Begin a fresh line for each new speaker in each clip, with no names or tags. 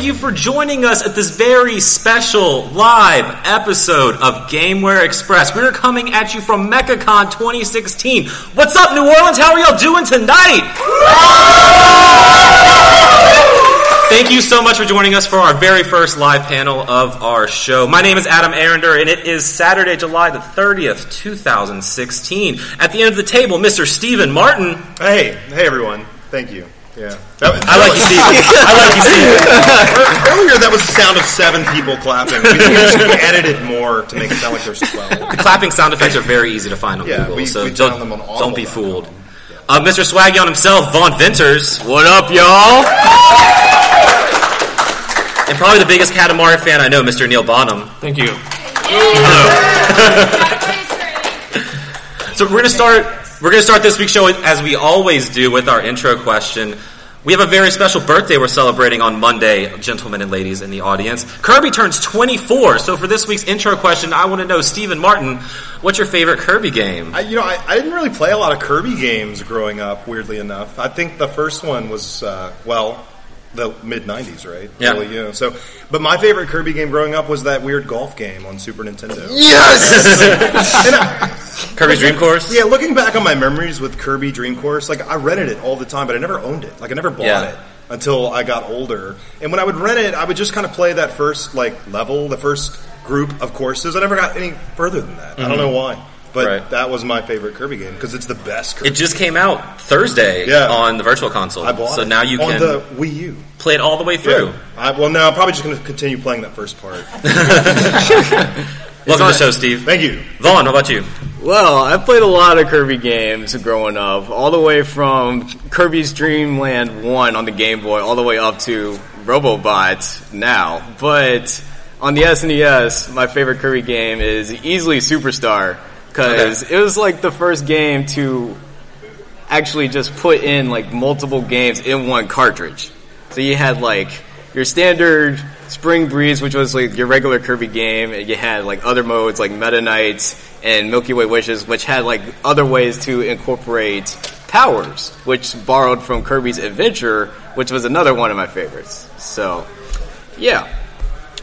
you for joining us at this very special live episode of Gameware Express. We're coming at you from MechaCon 2016. What's up, New Orleans? How are y'all doing tonight? Thank you so much for joining us for our very first live panel of our show. My name is Adam Arender, and it is Saturday, July the 30th, 2016. At the end of the table, Mr. Stephen Martin.
Hey, hey everyone. Thank you. Yeah.
That was, I like you, Steve. I like you, Steve.
Earlier, that was the sound of seven people clapping. We should have edited more to make it sound like there's 12.
The clapping sound effects are very easy to find on
Yeah,
Google,
we-
so
we
don't,
found them on Audible
don't be
now.
fooled. Uh, Mr. Swagion himself, Vaughn Venters,
What up, y'all?
and probably the biggest Katamari fan I know, Mr. Neil Bonham.
Thank you.
So we're gonna start. We're gonna start this week's show as we always do with our intro question. We have a very special birthday we're celebrating on Monday, gentlemen and ladies in the audience. Kirby turns 24, so for this week's intro question, I want to know, Stephen Martin, what's your favorite Kirby game?
I, you know, I, I didn't really play a lot of Kirby games growing up, weirdly enough. I think the first one was, uh, well, the mid 90s, right?
Yeah.
Really, you know, so, but my favorite Kirby game growing up was that weird golf game on Super Nintendo. And I-
Kirby's Dream Course?
yeah, looking back on my memories with Kirby Dream Course, like I rented it all the time, but I never owned it. Like I never bought
Yeah.
it until I got older. And when I would rent it, I would just kind of play that first like level, the first group of courses. I never got any further than that. I don't know why, but
Mm-hmm. Right.
that was my favorite Kirby game because it's the best. Kirby.
It just came out Thursday
Yeah.
on the Virtual Console.
I bought
so
it
now you
on
can
the Wii U.
play it all the way through.
Yeah. I, well, no, I'm probably just going to continue playing that first part.
Welcome to the show, Steve.
Thank you.
Vaughn, how about you?
Well, I played a lot of Kirby games growing up, all the way from Kirby's Dream Land 1 on the Game Boy, all the way up to Robobot now. But on the SNES, my favorite Kirby game is easily Superstar, because it was like the first game to actually just put in like multiple games in one cartridge. So you had like your standard Spring Breeze, which was like your regular Kirby game, and you had like other modes like Meta Knights and Milky Way Wishes, which had like other ways to incorporate powers, which borrowed from Kirby's Adventure, which was another one of my favorites. So, yeah,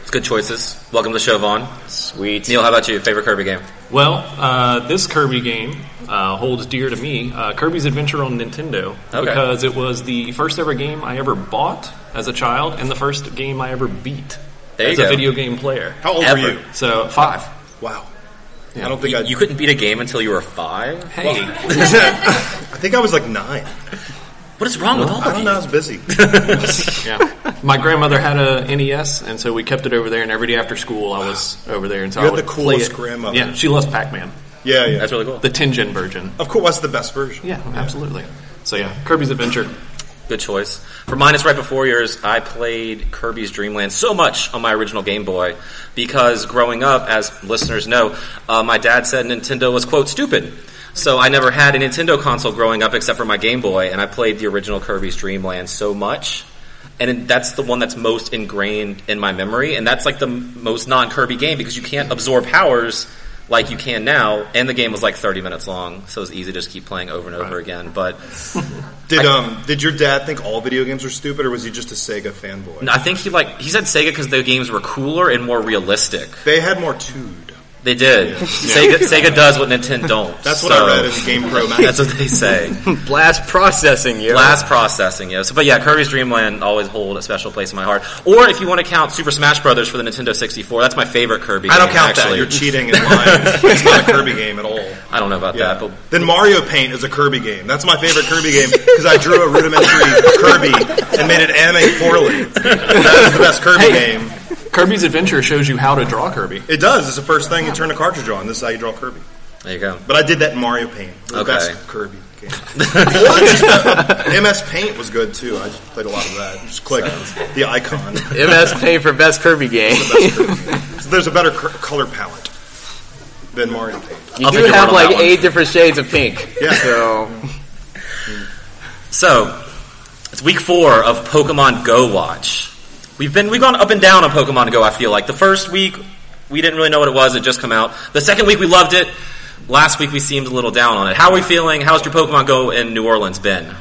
It's good choices. Welcome to the show, Vaughn.
sweet.
Neil, how about you? Favorite Kirby game?
Well, uh, this Kirby game uh, holds dear to me uh, Kirby's Adventure on Nintendo
Okay.
because it was the first ever game I ever bought as a child and the first game I ever beat
There you
as
go.
a video game player.
How old
Ever.
were you?
So five.
Wow. I don't think
You,
I.
you couldn't beat a game until you were five.
Hey,
I think I was like nine.
What is wrong with all of
I don't
you?
know. I was busy.
yeah. My grandmother had a NES, and so we kept it over there. And every day after school, I was over there. And so
You
I
had
would
the
play
coolest
it.
grandmother.
Yeah, she loves Pac-Man,
Yeah, yeah.
That's really cool.
the Tengen version.
Of course, that's the best version.
Yeah, absolutely. So yeah, Kirby's Adventure.
Good choice. For mine, it's right before yours. I played Kirby's Dream Land so much on my original Game Boy because growing up, as listeners know, uh, my dad said Nintendo was, quote, stupid. So I never had a Nintendo console growing up except for my Game Boy, and I played the original Kirby's Dream Land so much. And that's the one that's most ingrained in my memory, and that's like the m- most non Kirby game because you can't absorb powers like you can now, and the game was like 30 minutes long, so it was easy to just keep playing over and over again. But
Did um did your dad think all video games were stupid, or was he just a Sega fanboy?
No, I think he like he said Sega because the games were cooler and more realistic.
They had more tude.
They did. Sega, Sega does what Nintendo don't.
That's what
so-
I read in Game Pro
That's
magazine.
what they say.
Blast processing, yo.
Last processing, yeah. So, but yeah, Kirby's Dream Land always hold a special place in my heart. Or if you want to count Super Smash Brothers for the Nintendo 64, that's my favorite Kirby.
I don't
game,
count that.
actually.
You're cheating and lying. it's not a Kirby game at all.
I don't know about
Yeah.
that, but
Then Mario Paint is a Kirby game. That's my favorite Kirby game because I drew a rudimentary Kirby and made it animate poorly. That's the best Kirby game.
Kirby's Adventure shows you how to draw Kirby.
It does. It's the first thing you turn a cartridge on. This is how you draw Kirby.
there you go.
But I did that in Mario Paint. The
Okay.
best Kirby game. Or just, uh, MS Paint was good too. I just played a lot of that. Just click the icon.
MS Paint for best Kirby game.
So there's a better cur- color palette than Mario Paint.
You
I'll
do
take your word
have
on
like
that one.
eight different shades of pink.
Yeah.
So
So, it's week four of Pokemon Go Watch. We've been we've gone up and down on Pokemon Go. I feel like the first week we didn't really know what it was; it just come out. The second week we loved it. Last week we seemed a little down on it. How are we feeling? How's your Pokemon Go in New Orleans been?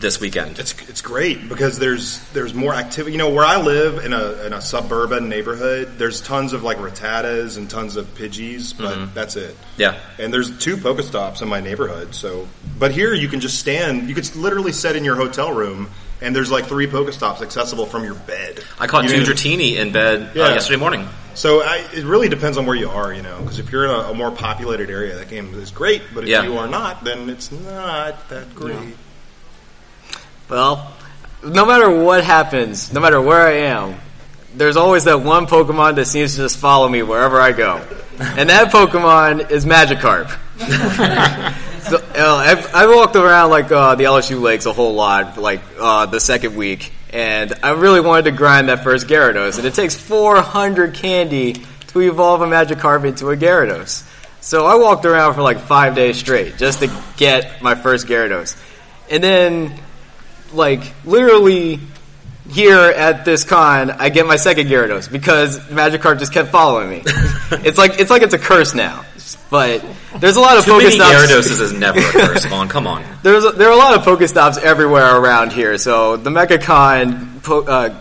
this weekend.
It's it's great because there's there's more activity. You know, where I live in a in a suburban neighborhood, there's tons of like rattatas and tons of pidgeys, but that's it.
Mm-hmm. Yeah.
And there's two Pokestops in my neighborhood. So, but here you can just stand. You could literally sit in your hotel room, and there's like three Pokestops accessible from your bed.
I caught
You
two
know-
Dratini in bed uh,
Yeah.
yesterday morning.
So I, it really depends on where you are, you know. Because if you're in a, a more populated area, that game is great. But if
Yeah.
you are not, then it's not that great.
Well, no matter what happens, no matter where I am, there's always that one Pokemon that seems to just follow me wherever I go. And that Pokemon is Magikarp. so, uh, I've, I walked around like uh, the LSU lakes a whole lot, like uh, the second week, and I really wanted to grind that first Gyarados. And it takes 400 candy to evolve a Magikarp into a Gyarados. So I walked around for like five days straight just to get my first Gyarados. And then like literally here at this con, I get my second Gyarados because Magikarp just kept following me. it's like it's like it's a curse now. But there's a lot of
Too many
Pokestops.
Gyarados is never a curse, Vaughn. Come on.
There's a, there are a lot of Pokestops everywhere around here. So the MechaCon po- uh,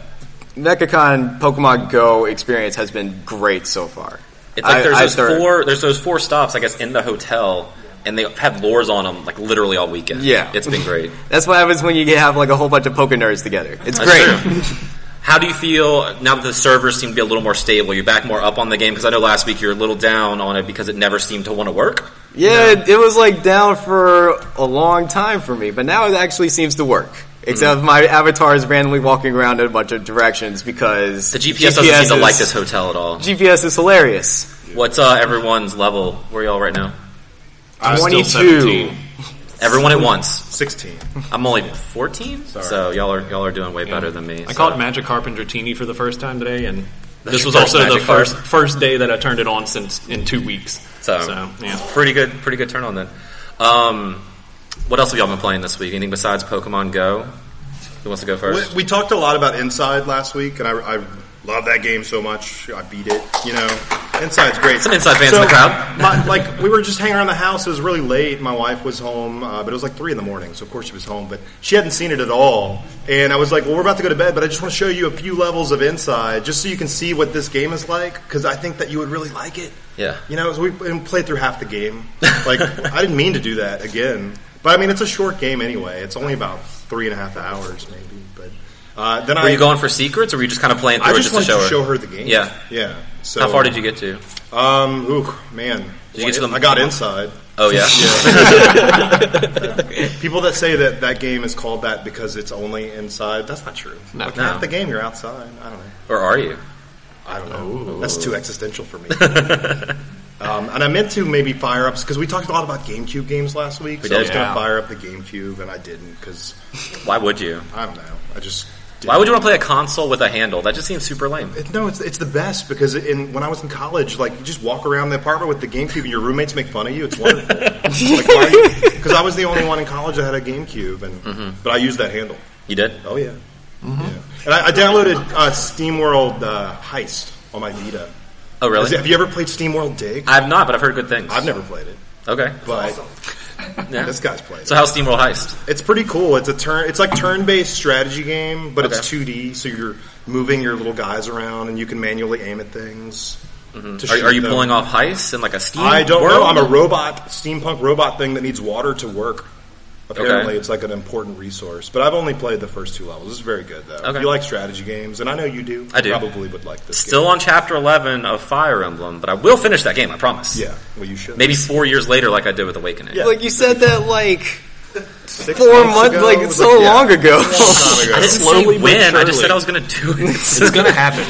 MechaCon Pokemon Go experience has been great so far.
It's like
I-
there's
I
those
started-
four. There's those four stops, I guess, in the hotel, and they have lures on them like literally all weekend.
Yeah.
it's been great.
That's what happens when you have like a whole bunch of Poke nerds together. It's
That's
great.
true. How do you feel now that the servers seem to be a little more stable? You're back more up on the game because I know last week you were a little down on it because it never seemed to want to work.
Yeah, it, it was like down for a long time for me, but now it actually seems to work.
Mm-hmm.
Except my avatar is randomly walking around in a bunch of directions because
The GPS, doesn't seem to
is-
like this hotel at all.
GPS is hilarious.
What's uh, everyone's level? Where y'all right now?
I'm still
22.
17.
Everyone at once.
Sixteen.
I'm only 14, so y'all are y'all are doing way better than me.
I
so-
caught Magic Carpenter Tini for the first time today, and
That's
this was
your
also
first
the
Magikarp.
first first day that I turned it on since in two weeks.
So,
yeah,
pretty good, pretty good turn on then. Um, what else have y'all been playing this week? Anything besides Pokemon Go? Who wants to go
We,
first?
we talked a lot about Inside last week, and I, I love that game so much. I beat it. You know, Inside's great.
Some Inside fans in the crowd.
my- like we were just hanging around the house. It was really late. My wife was home, uh, but it was like three in the morning, so of course she was home. But she hadn't seen it at all, and I was like, "Well, we're about to go to bed, but I just want to show you a few levels of Inside, just so you can see what this game is like, because I think that you would really like it."
Yeah.
You know, so we and played through half the game. Like, I didn't mean to do that again. But I mean, it's a short game anyway. It's only about three and a half hours, maybe. But uh, then
were
I
you going for secrets, or were you just kind of playing through
I
it
just wanted
to show her?
her the game.
Yeah.
yeah. So
How far did you get to?
Um, ooh, man,
Did you get to the-
I got inside.
Oh yeah,
People that say that that game is called that because it's only inside, that's not true.
No.
like,
No.
half the game you're outside. I don't know.
or are you?
I don't know. That's too existential for me. um, and I meant to maybe fire ups because we talked a lot about GameCube games last week. so I
did.
was going to
Yeah.
fire up the GameCube, and I didn't because
Why would you?
I don't know. I just didn't.
Why would you want to play a console with a handle? That just seems super lame.
It- No, it's, it's the best because in, when I was in college, like you just walk around the apartment with the GameCube and your roommates make fun of you. It's wonderful. Because I was the only one in college that had a GameCube, and
Mm-hmm.
but I used that handle.
You did?
Oh yeah, yeah. And I, I downloaded uh, SteamWorld uh, Heist on my Vita.
Oh
Is it-
really?
have you ever played SteamWorld Dig?
I've not, but I've heard good things.
I've never played it,
Okay.
but
Yeah.
this guy's played.
So
it.
how's SteamWorld Heist?
It's pretty cool. It's a turn. It's like turn-based strategy game, but
Okay.
it's 2D. So you're moving your little guys around, and you can manually aim at things. to
Mm-hmm. Are,
shoot
are you
them.
pulling off heists in like a steam?
I don't
world?
know. I'm a robot, steampunk robot thing that needs water to work. Apparently,
Okay.
it's like an important resource. But I've only played the first two levels. It's very good though.
Okay.
If you like strategy games, and I know you do,
I do.
Probably would like this.
Still on chapter 11 of Fire Emblem, but I will finish that game. I promise.
game. yeah. Well, you should.
Maybe four years later, like I did with Awakening.
Yeah.
Like you said that like
Six
four
months
months,
ago, it
like
was
so long ago.
long time
I
ago.
didn't
Slowly
say
but
when. I just
surely.
said I was going to do it.
it's gonna happen.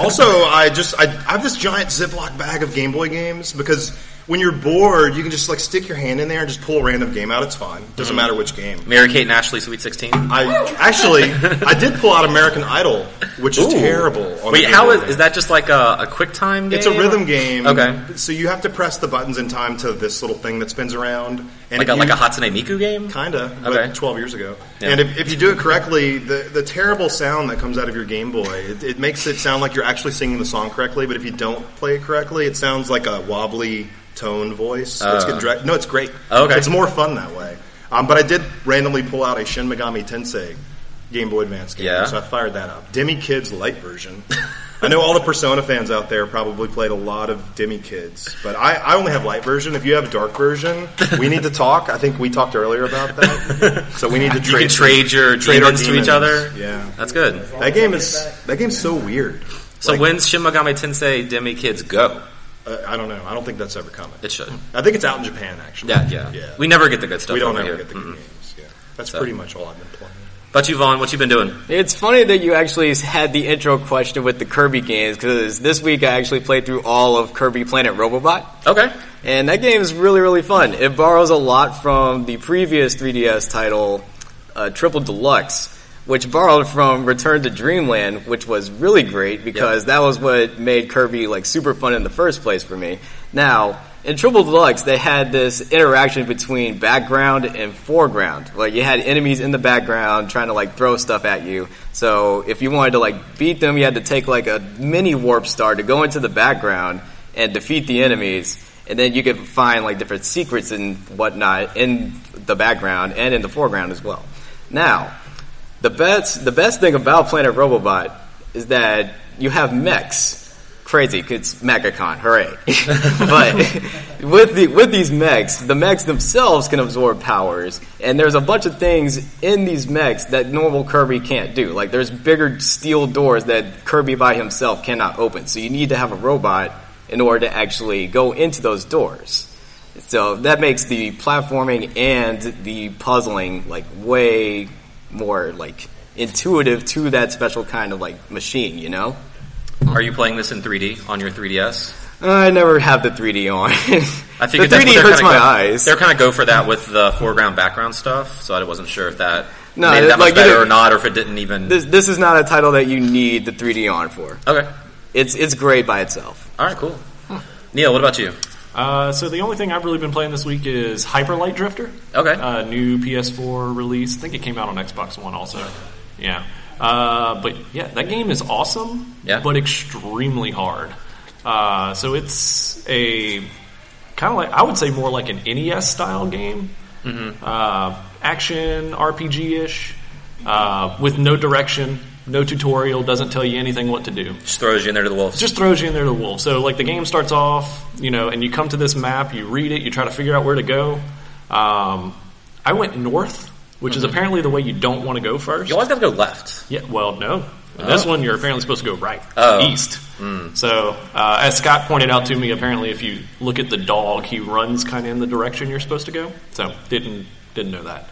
also, I just I, I have this giant Ziploc bag of Game Boy games because when you're bored, you can just like stick your hand in there and just pull a random game out. It's fine. Doesn't
Mm.
matter which game.
Mary Kate and Ashley, Sweet 16.
I actually I did pull out American Idol, which is terrible. on
Wait,
the Game
how
Boy
is
game.
is that? Just like a, a quick time game?
It's a rhythm game.
Okay.
So you have to press the buttons in time to this little thing that spins around. And
Like a,
if you,
like a Hatsune Miku game?
kinda,
Mm-hmm. Okay.
but twelve years ago.
Yeah.
And if, if you do it correctly, the the terrible sound that comes out of your Game Boy, it, it makes it sound like you're actually singing the song correctly. But if you don't play it correctly, it sounds like a wobbly tone voice. It's
Oh.
getting dra- no, it's great.
Okay.
It's more fun that way. Um, but I did randomly pull out a Shin Megami Tensei Game Boy Advance game,
Yeah.
so I fired that up. Demi Kids Light version. I know all the Persona fans out there probably played a lot of Demi Kids, but I, I only have light version. If you have dark version, we need to talk. I think we talked earlier about that, so we need to
You
trade
can trade your
trade
trade
our
demons to each
demons.
other.
Yeah.
that's good.
That game is that game's so weird.
So
Like,
when's Shin Megami Tensei Demi Kids go?
uh, I don't know. I don't think that's ever coming.
It should.
I think it's out in Japan actually.
Yeah, yeah.
yeah.
We never get the good stuff.
We don't
over
ever
here.
get the good
Mm-mm.
games. Yeah, that's
So.
pretty much all I've been playing.
But you, Vaughn, what you been doing?
It's funny that you actually had the intro question with the Kirby games because this week I actually played through all of Kirby Planet Robobot.
Okay.
And that game is really, really fun. It borrows a lot from the previous 3DS title, uh, Triple Deluxe, which borrowed from Return to Dreamland, which was really great because that was what made Kirby like super fun in the first place for me. Now, in Triple Deluxe, they had this interaction between background and foreground. Like you had enemies in the background trying to like throw stuff at you. So if you wanted to like beat them, you had to take like a mini warp star to go into the background and defeat the enemies, and then you could find like different secrets and whatnot in the background and in the foreground as well. Now, the best the best thing about Planet Robobot is that you have mechs. Crazy, 'cause it's MechaCon, hooray! but with the with these mechs, the mechs themselves can absorb powers, and there's a bunch of things in these mechs that normal Kirby can't do. Like there's bigger steel doors that Kirby by himself cannot open, so you need to have a robot in order to actually go into those doors. So that makes the platforming and the puzzling like way more like intuitive to that special kind of like machine, you know?
Are you playing this in 3D on your 3DS?
Uh, I never have the 3D on.
I
the
figured that's
3D
what they're
hurts
kinda
my
go-
eyes.
They're kind of go for that with the foreground background stuff, so I wasn't sure if that
No,
made it that
like,
much
you
better
know-
or not, or if it didn't even.
This, this is not a title that you need the 3D on for.
okay.
It's it's great by itself.
All right. Cool. Neil, what about you?
Uh, so the only thing I've really been playing this week is Hyper Light Drifter.
Okay.
Uh, new PS4 release. I think it came out on Xbox One also. Yeah. Uh, but yeah, that game is awesome.
Yeah.
But extremely hard. Uh, so it's a kind of like I would say more like an NES style game.
Mm-hmm.
Uh, action RPG ish. Uh, with no direction, no tutorial, doesn't tell you anything what to do
Just throws you in there to the wolves.
just throws you in there to the wolves. So like the game starts off, you know, and you come to this map, you read it, you try to figure out where to go. Um, I went north, which is apparently the way you don't want to go first.
you always got to go left.
Yeah, well, no. In this one, you're apparently supposed to go right,
Oh.
east. So, uh, as Scott pointed out to me, apparently if you look at the dog, he runs kind of in the direction you're supposed to go. So, didn't didn't know that.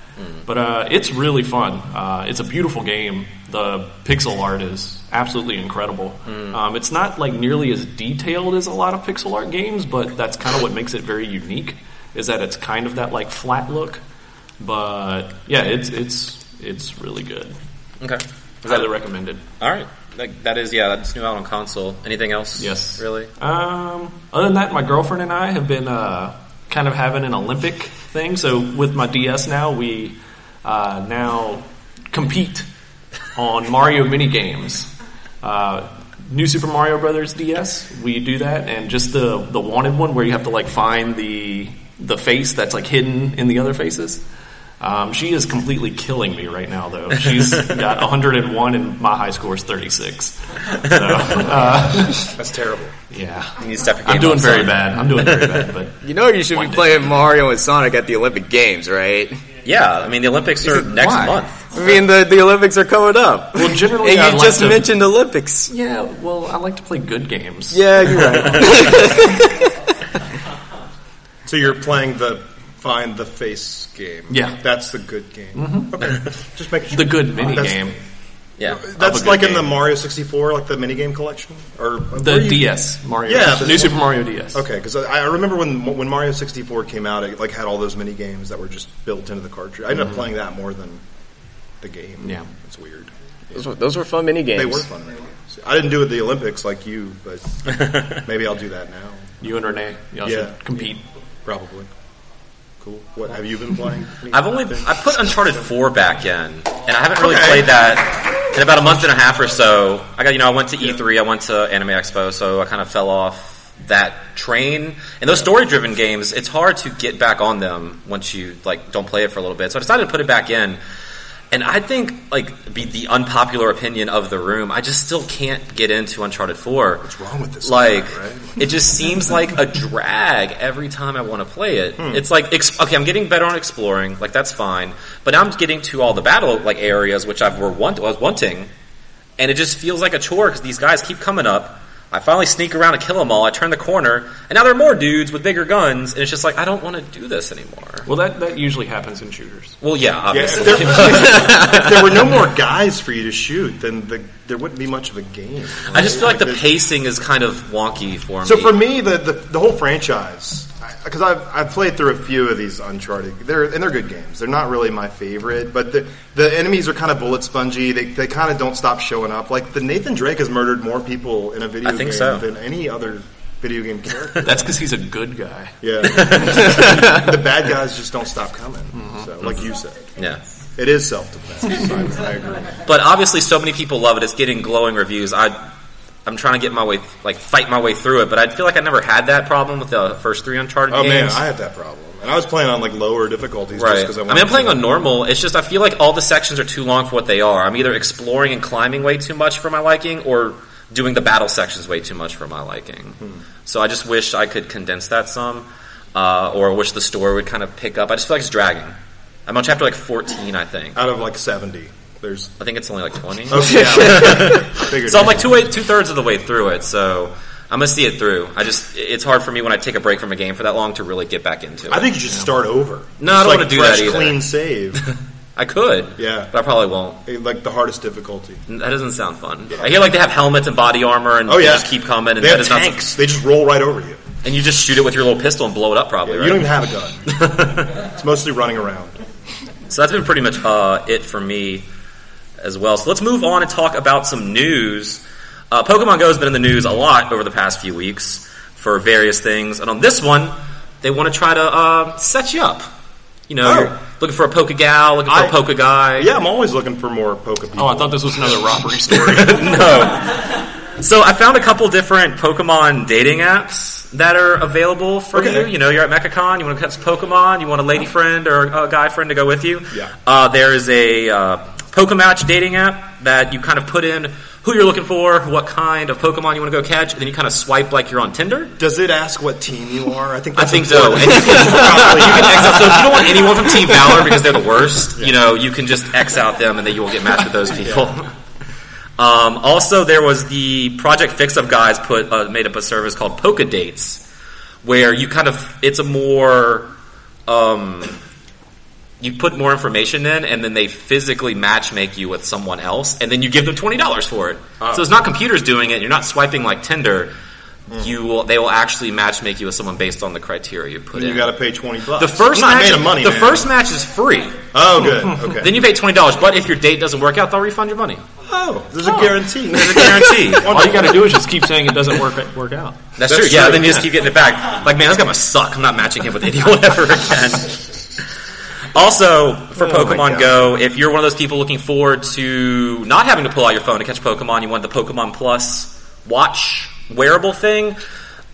But uh, it's really fun. Uh, it's a beautiful game. The pixel art is absolutely incredible. Um, it's not like nearly as detailed as a lot of pixel art games, but that's kind of what makes it very unique. Is that it's kind of that like flat look. But yeah, it's it's it's really good.
Okay. Is that
Highly recommended.
All right. That, that is yeah. That's new out on console. Anything else?
Yes.
Really.
Um, other than that, my girlfriend and I have been uh, kind of having an Olympic thing. So with my DS now, we uh, now compete on Mario mini games. Uh, New Super Mario Brothers DS, we do that, and just the the wanted one where you have to like find the the face that's like hidden in the other faces. Um, she is completely killing me right now, though. She's got 101, and my high score is 36. So, uh,
That's terrible.
yeah.
You need to step your
I'm
game
doing
up,
very
son.
bad. I'm doing very bad, but
You know you should
One
be
day.
playing Mario and Sonic at the Olympic Games, right?
Yeah. I mean, the Olympics are next
Why?
month.
I mean the, the Olympics are coming up.
well, generally,
and you
I like
just
to,
mentioned Olympics.
Yeah, well, I like to play good games.
Yeah, you're right.
So you're playing the find the face game.
Yeah.
that's the good game.
Mm-hmm.
Okay, just making sure.
the good mini
That's-
game,
Yeah.
a
That's
good
like in
game.
the Mario 64, like the minigame collection, or
the DS Mario.
Yeah, but-
New Super Mario DS.
Okay, because I, I remember when when Mario 64 came out, it like had all those mini games that were just built into the cartridge. I ended up playing that more than the game.
Yeah.
it's weird.
those, were, those were fun mini games.
They were fun. mini games. I didn't do it at the Olympics like you, but maybe I'll do that now.
You and Renee, y'all
Yeah.
should compete.
Probably. Cool. What have you been playing?
I've only I put Uncharted Four back in, and I haven't really
Okay.
played that E in about a month and a half or so. I got you know I went to E3, I went to Anime Expo, so I kind of fell off that train. And those story-driven games, it's hard to get back on them once you like don't play it for a little bit. So I decided to put it back in. And I think like be the unpopular opinion of the room, I just still can't get into Uncharted 4.
What's wrong with this?
Like
guy, right?
it just seems like a drag every time I want to play it.
Hmm.
It's like ex- okay, I'm getting better on exploring, like that's fine, but now I'm getting to all the battle like areas which I were want- was wanting, and it just feels like a chore because these guys keep coming up. I finally sneak around to kill them all. I turn the corner, and now there are more dudes with bigger guns, and it's just like I don't want to do this anymore.
Well, that, that usually happens in shooters.
Well, yeah,
Yeah,
obviously.
if, there, if there were no more guys for you to shoot, then the, there wouldn't be much of a game.
I just feel like the
there's-
pacing is kind of wonky for me.
So for me, the the, the whole franchise, because I've I've played through a few of these Uncharted, they're and they're good games. They're not really my favorite, but the the enemies are kind of bullet spongy. They they kind of don't stop showing up. Like the Nathan Drake has murdered more people in a video
I think
game
so.
than any other video game character.
That's because he's a good guy.
yeah, the bad guys just don't stop coming.
Mm-hmm.
So, like you said,
yeah.
it is self defense. I, I agree.
But obviously, so many people love it. It's getting glowing reviews. I, I'm trying to get my way, like fight my way through it. But I feel like I never had that problem with the first three Uncharted
Oh man,
games.
I had that problem, and I was playing on like lower difficulties just
right.
because
I
I
mean,
wanted
I'm playing
to.
on normal. It's just I feel like all the sections are too long for what they are. I'm either exploring and climbing way too much for my liking, or doing the battle sections way too much for my liking.
Hmm.
So I just wish I could condense that some, uh, or I wish the story would kind of pick up. I just feel like it's dragging. I'm on chapter like 14, I think.
out of like seventy. There's
I think it's only like 20.
okay. Oh, yeah. Figured
So I'm
it.
like two two thirds of the way through it. So I'm gonna see it through. I just it's hard for me when I take a break from a game for that long to really get back into it.
I think you should start
No, I
over. Just,
don't
like,
wanna do
fresh,
that either.
Clean save,
I could,
Yeah.
but I probably won't.
Eh, like the hardest difficulty.
That doesn't sound fun. I hear like they have helmets and body armor, and
Oh
they
yeah,
just keep coming. And
They
that
have
is
tanks. They just roll right over you.
Not, and you just shoot it with your little pistol and blow it up, probably.
You
right?
don't even have a gun. it's mostly running around.
So that's been pretty much uh, it for me as well. So let's move on and talk about some news. Uh, Pokemon Go has been in the news a lot over the past few weeks for various things, and on this one, they want to try to uh, set you up. You know,
Oh.
you're looking for a Pokegal, looking for
I-
a Pokeguy.
Yeah, I'm always looking for more poke people.
Oh, I thought this was another robbery story.
So I found a couple different Pokemon dating apps that are available for
Okay.
you. You know, you're at MechaCon, you want to catch Pokemon, you want a lady friend or a guy friend to go with you.
Yeah.
Uh, there is a uh, Pokematch dating app that you kind of put in who you're looking for, what kind of Pokemon you want to go catch, and then you kind of swipe like you're on Tinder.
Does it ask what team you are? I think
I
that's
think so.
important.
And you can, you can X out. So if you don't want anyone from Team Valor because they're the worst, you know, you can just X out them and then you will get matched with those people. Um, also, there was the Project Fix Up guys put uh, made up a service called Polka Dates, where you kind of it's a more um, you put more information in, and then they physically matchmake you with someone else, and then you give them twenty dollars for it.
Ah.
So it's not computers doing it. You're not swiping like Tinder.
Hmm.
You will. They will actually matchmake you with someone based on the criteria you put in.
And you got to pay twenty bucks.
the first
I'm not
match.
made of money.
the
man.
first match is free.
Oh, good. Okay.
Then you pay twenty dollars. But if your date doesn't work out, they'll refund your money.
oh, there's a guarantee.
There's a guarantee.
All you got to do is just keep saying it doesn't work work out.
That's,
That's
true. Yeah,
true,
then you
yeah.
just keep getting it back. Like, man, that's gonna suck. I'm not matching him with anyone ever again. Also, for Pokemon
Oh God.
Go, if you're one of those people looking forward to not having to pull out your phone to catch Pokemon, you want the Pokemon Plus watch wearable thing.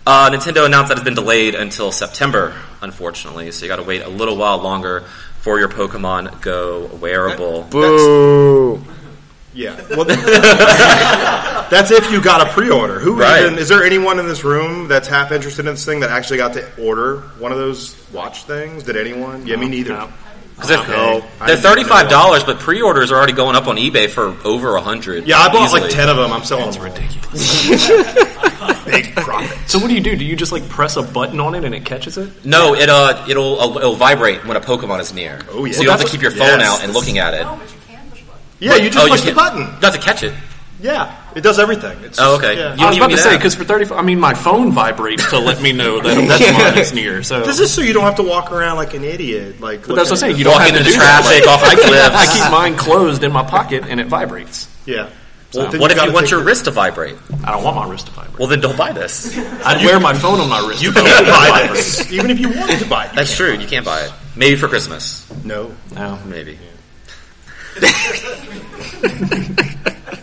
Uh, Nintendo announced that it's been delayed until September, unfortunately. So you got to wait a little while longer for your Pokemon Go wearable.
Boo.
Yeah. Well, that's if you got a pre-order. Who
Right.
even is there anyone in this room that's half interested in this thing that actually got to order one of those watch things? Did anyone? Yeah, me neither.
No.
'Cause they're-
Okay.
They're thirty-five dollars, but pre-orders are already going up on eBay for over a hundred.
Yeah, I bought
Easily.
like ten of them. I'm selling them. ridiculous. Big profit.
So what do you do? Do you just like press a button on it and it catches it?
No, it uh, it'll uh, it'll vibrate when a Pokemon is near.
Oh, yeah.
So you
Well,
don't have to
that's-
keep your phone
yes.
out and looking at it.
No, but you can push buttons.
Yeah, you just
Oh,
push the
can't-
button.
Not to catch it.
Yeah, it does everything. It's
Oh,
just-
okay.
yeah.
You-
I
don't
was about to
even
say
need
because for thirty, I mean, my phone vibrates to let me know that that's mine is near. So
This is so you don't have to walk around like an idiot. Like
But that's what I'm
looking
saying.
at
You don't
Walk
have
into
to do
traffic,
That.
off the cliffs.
I keep mine closed in my pocket and it vibrates.
this. Yeah. Well,
Well,
then
what if
gotta
you want
take
your wrist to vibrate?
I don't want my wrist to vibrate.
Well, then don't buy this.
I'd wear my phone on my wrist.
You
if I
can't
wanted to
buy
vibrate.
this, even if you wanted to buy it.
That's true. You can't buy it. Maybe for Christmas.
No.
No.
Maybe.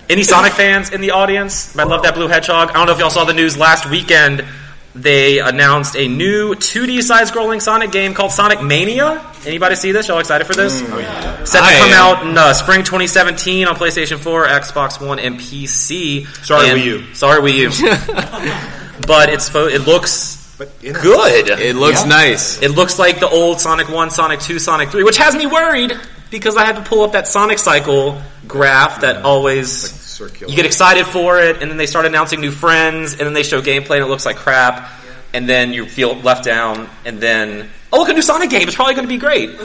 Any Sonic fans in the audience? I love that blue hedgehog. I don't know if y'all saw the news last weekend. they announced a new 2D side-scrolling Sonic game called Sonic Mania. Anybody see this? Y'all excited for this?
Mm. Oh,
Set
I
to come
am.
out in uh, spring 2017 on PlayStation 4, Xbox One, and PC.
Sorry,
And-
Wii U.
Sorry, Wii U. but it's fo- it looks
But you know,
good.
It looks
Yeah.
nice.
It looks like the old Sonic 1, Sonic 2, Sonic 3, which has me worried because I had to pull up that Sonic cycle graph that always
circular.
you get excited for it, and then they start announcing new friends, and then they show gameplay and it looks like crap, and then you feel left down, and then oh look a new Sonic game, it's probably going to be great.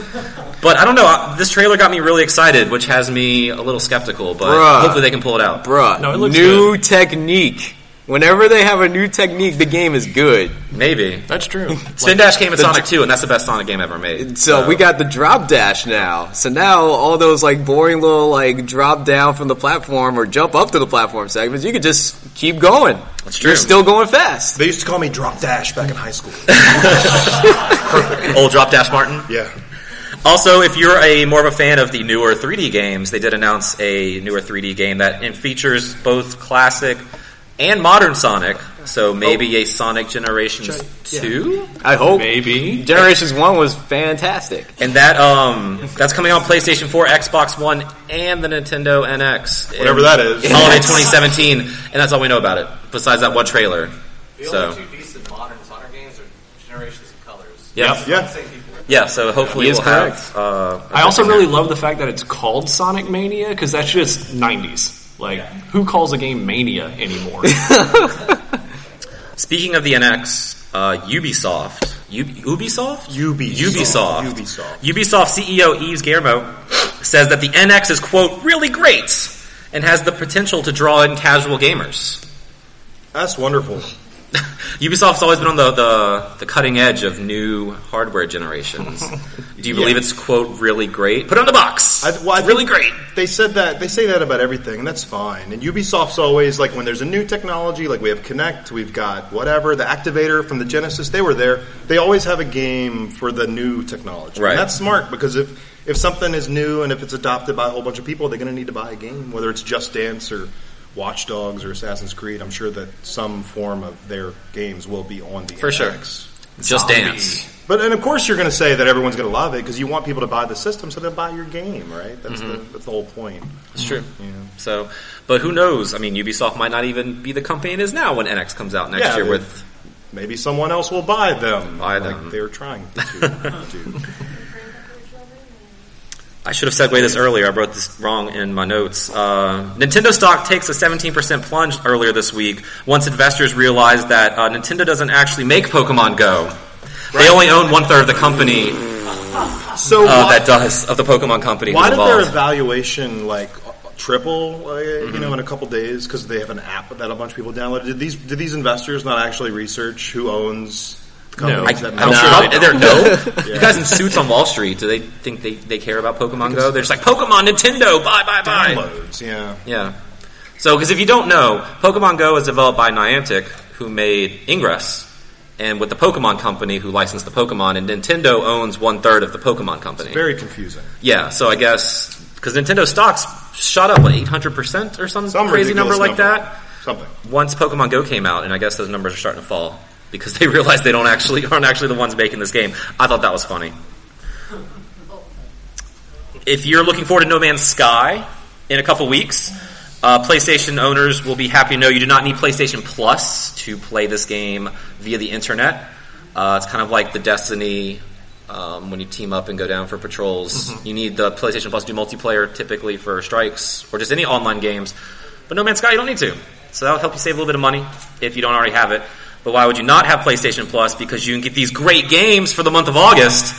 But I don't know. I- This trailer got me really excited, which has me a little skeptical. But
Bruh.
hopefully they can pull it out.
Bruh,
No, it looks
new technique. Whenever they have a new technique, the game is good.
Maybe
That's true.
Spin Dash came at Sonic 2, and that's the best Sonic game ever made. Uh,
So we got the drop dash now. So now all those like boring little like drop down from the platform or jump up to the platform segments, you could just keep going.
That's
You're
true.
still going fast.
They used to call me Drop Dash back in high school.
old Drop Dash Martin.
yeah.
Also, if you're a more of a fan of the newer 3D games, they did announce a newer 3D game that it features both classic and modern Sonic. So maybe a Sonic Generations two,
I hope.
Maybe.
Generations One was fantastic.
and that um that's coming on PlayStation 4, Xbox One, and the Nintendo NX.
Whatever
in
that is.
holiday 2017, and that's all we know about it. Besides that one trailer.
The
So-
only two decent modern Sonic games are Generations of Colors.
Yeah,
Yeah.
Same people.
yeah. So hopefully
He is
we'll have. Uh,
I also really love the fact that it's called Sonic Mania because that's just '90s. Like, who calls a game Mania anymore?
Speaking of the NX, uh, Ubisoft. U- Ubisoft?
Ubisoft.
Ubisoft.
Ubisoft.
Ubisoft CEO Yves Guillermo says that the NX is, quote, really great and has the potential to draw in casual gamers.
That's wonderful.
Ubisoft's always been on the, the, the cutting edge of new hardware generations. Do you believe it's, quote, really great? Put it on the box.
I- well, I
It's really
think
great.
They said that they say that about everything, and that's fine. And Ubisoft's always like when there's a new technology, like we have Connect, we've got whatever the Activator from the Genesis. They were there. They always have a game for the new technology,
Right.
And that's smart because if if something is new and if it's adopted by a whole bunch of people, they're going to need to buy a game, whether it's Just Dance or Watch Dogs or Assassin's Creed. I'm sure that some form of their games will be on the
For sure.
NX.
Just
Zombie.
dance.
But and of course you're going to say that everyone's going to love it because you want people to buy the system so they buy your game, right? That's,
Mm-hmm.
the, that's the whole point.
It's true. So, but who knows? I mean, Ubisoft might not even be the company it is now when NX comes out next
Yeah,
year
they-
with
Maybe someone else will buy them.
Buy
like
them.
They're trying to. do.
I should have segued this earlier. I wrote this wrong in my notes. Uh, Nintendo stock takes a 17% plunge earlier this week once investors realized that uh, Nintendo doesn't actually make Pokemon Go. They only own one third of the company uh,
So why,
that does of the Pokemon company.
why
who's
did their
involved.
evaluation like triple? Uh, You
Mm-hmm.
know, in a couple days because they have an app that a bunch of people downloaded. Did these did these investors not actually research who owns? the
No.
companies
I,
that
I'm
make
sure
them?
they don't. no. You guys in suits on Wall Street, do they think they, they care about Pokemon Go? They're just like Pokemon, Nintendo, bye bye bye.
downloads? Yeah.
Yeah. So, because if you don't know, Pokemon Go was developed by Niantic, who made Ingress, and with the Pokemon Company, who licensed the Pokemon, and Nintendo owns one third of the Pokemon Company.
Very confusing.
yeah, so I guess because Nintendo stocks shot up like eight hundred percent or some,
Some
crazy number
ridiculous
like that
Something.
once Pokemon Go came out, and I guess those numbers are starting to fall because they realize they don't actually aren't actually the ones making this game. I thought that was funny. If you're looking forward to No Man's Sky in a couple weeks, uh, PlayStation owners will be happy to know you do not need PlayStation Plus to play this game via the internet. Uh, it's kind of like the Destiny um, when you team up and go down for patrols. You need the PlayStation Plus to do multiplayer typically for strikes or just any online games. But No Man's Sky, you don't need to. So that'll help you save a little bit of money if you don't already have it. But why would you not have PlayStation Plus? Because you can get these great games for the month of August.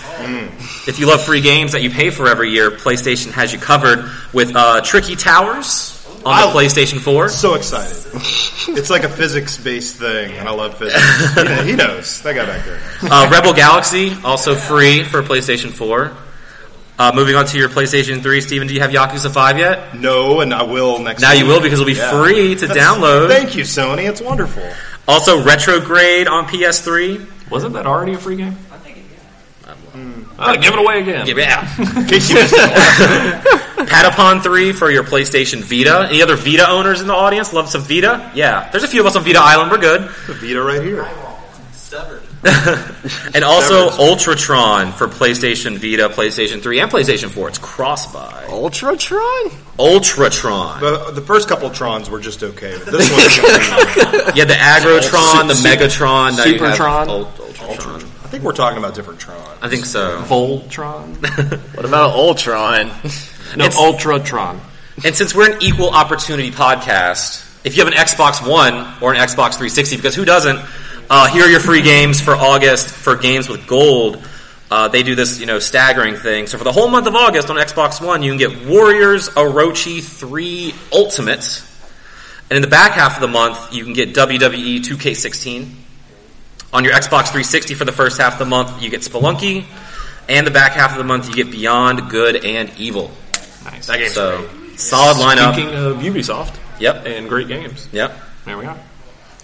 If you love free games that you pay for every year, PlayStation has you covered with uh, Tricky Towers on the
I-
PlayStation 4.
So excited. it's like a physics based thing, and I love physics. He kn- he knows. That guy back there.
Uh, Rebel Galaxy, also free for PlayStation 4. Uh, moving on to your PlayStation 3, Steven, do you have Yakuza 5 yet?
No, and I will next
Now
week.
you will because it'll be
Yeah.
free to
That's-
download.
Thank you, Sony. It's wonderful.
Also, Retrograde on PS3.
Wasn't that already a free game? Ah, give it away again.
Yeah.
In case you missed it.
Patapon 3 for your PlayStation Vita. Any other Vita owners in the audience? Love some Vita? Yeah. There's a few of us on Vita Island. We're good.
Vita right here.
and also Ultratron for PlayStation Vita, PlayStation 3, and PlayStation 4. It's cross buy.
Ultratron?
Ultratron.
The, the first couple Trons were just okay. But this one,
Yeah, the Agrotron, the Megatron, now you have
Supertron.
Ult- Ultratron.
I think we're talking about different Tron.
I think so.
Voltron?
What about Ultron?
No,
It's-
Ultratron.
And since we're an equal opportunity podcast, if you have an Xbox One or an Xbox 360, because who doesn't? Uh, here are your free games for August for games with gold. Uh, they do this, you know, staggering thing. So for the whole month of August on Xbox One, you can get Warriors Orochi 3 Ultimate. And in the back half of the month, you can get E WWE 2K16. On your Xbox 360 for the first half of the month, you get Spelunky. And the back half of the month, you get Beyond Good and Evil.
Nice.
That game's so, solid lineup.
Speaking of Ubisoft
Yep.
and great games,
Yep.
there we are.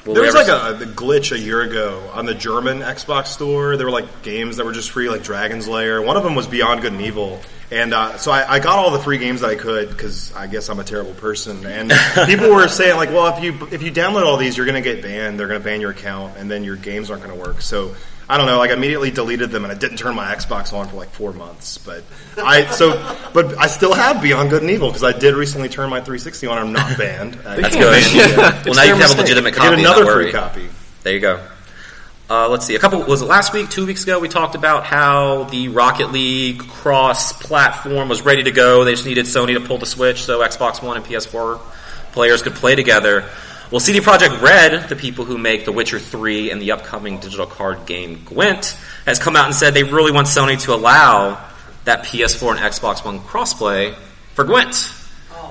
Will
There
we
was like
ever
a the glitch a year ago on the German Xbox store. There were like games that were just free, like Dragon's Lair. One of them was Beyond Good and Evil. And uh, so I, I got all the free games that I could because I guess I'm a terrible person. And people were saying like, well, if you if you download all these, you're going to get banned. They're going to ban your account, and then your games aren't going to work. So I don't know. Like I immediately deleted them, and I didn't turn my Xbox on for like four months. But I so but I still have Beyond Good and Evil because I did recently turn my 360 on. I'm not banned.
That's good. well, now you can have a legitimate
I
copy.
get another
not
free
worry.
copy.
There you go. Uh, let's see. A couple was it last week, two weeks ago? We talked about how the Rocket League cross-platform was ready to go. They just needed Sony to pull the switch so Xbox One and PS4 players could play together. Well, CD Projekt Red, the people who make The Witcher 3 and the upcoming digital card game Gwent, has come out and said they really want Sony to allow that PS4 and Xbox One crossplay for Gwent.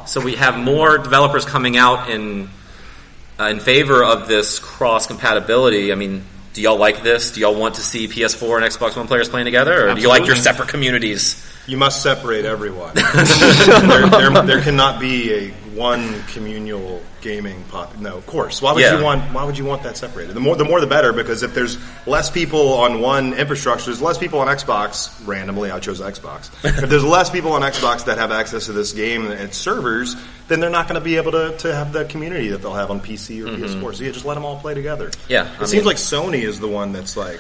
So we have more developers coming out in uh, in favor of this cross compatibility. I mean, do y'all like this? Do y'all want to see PS4 and Xbox One players playing together, or do you like your
Absolutely.
separate communities?
You must separate everyone. there, there, there cannot be a one communal gaming pop. No, of course. Why would
Yeah.
you want? Why would you want that separated? The more, the more, the better. Because if there's less people on one infrastructure, there's less people on Xbox. Randomly, I chose Xbox. if there's less people on Xbox that have access to this game and its servers, then they're not going to be able to, to have the community that they'll have on PC or PS4. So yeah, just let them all play together.
Yeah,
it
Mm-hmm. I
seems
mean-
like Sony is the one that's like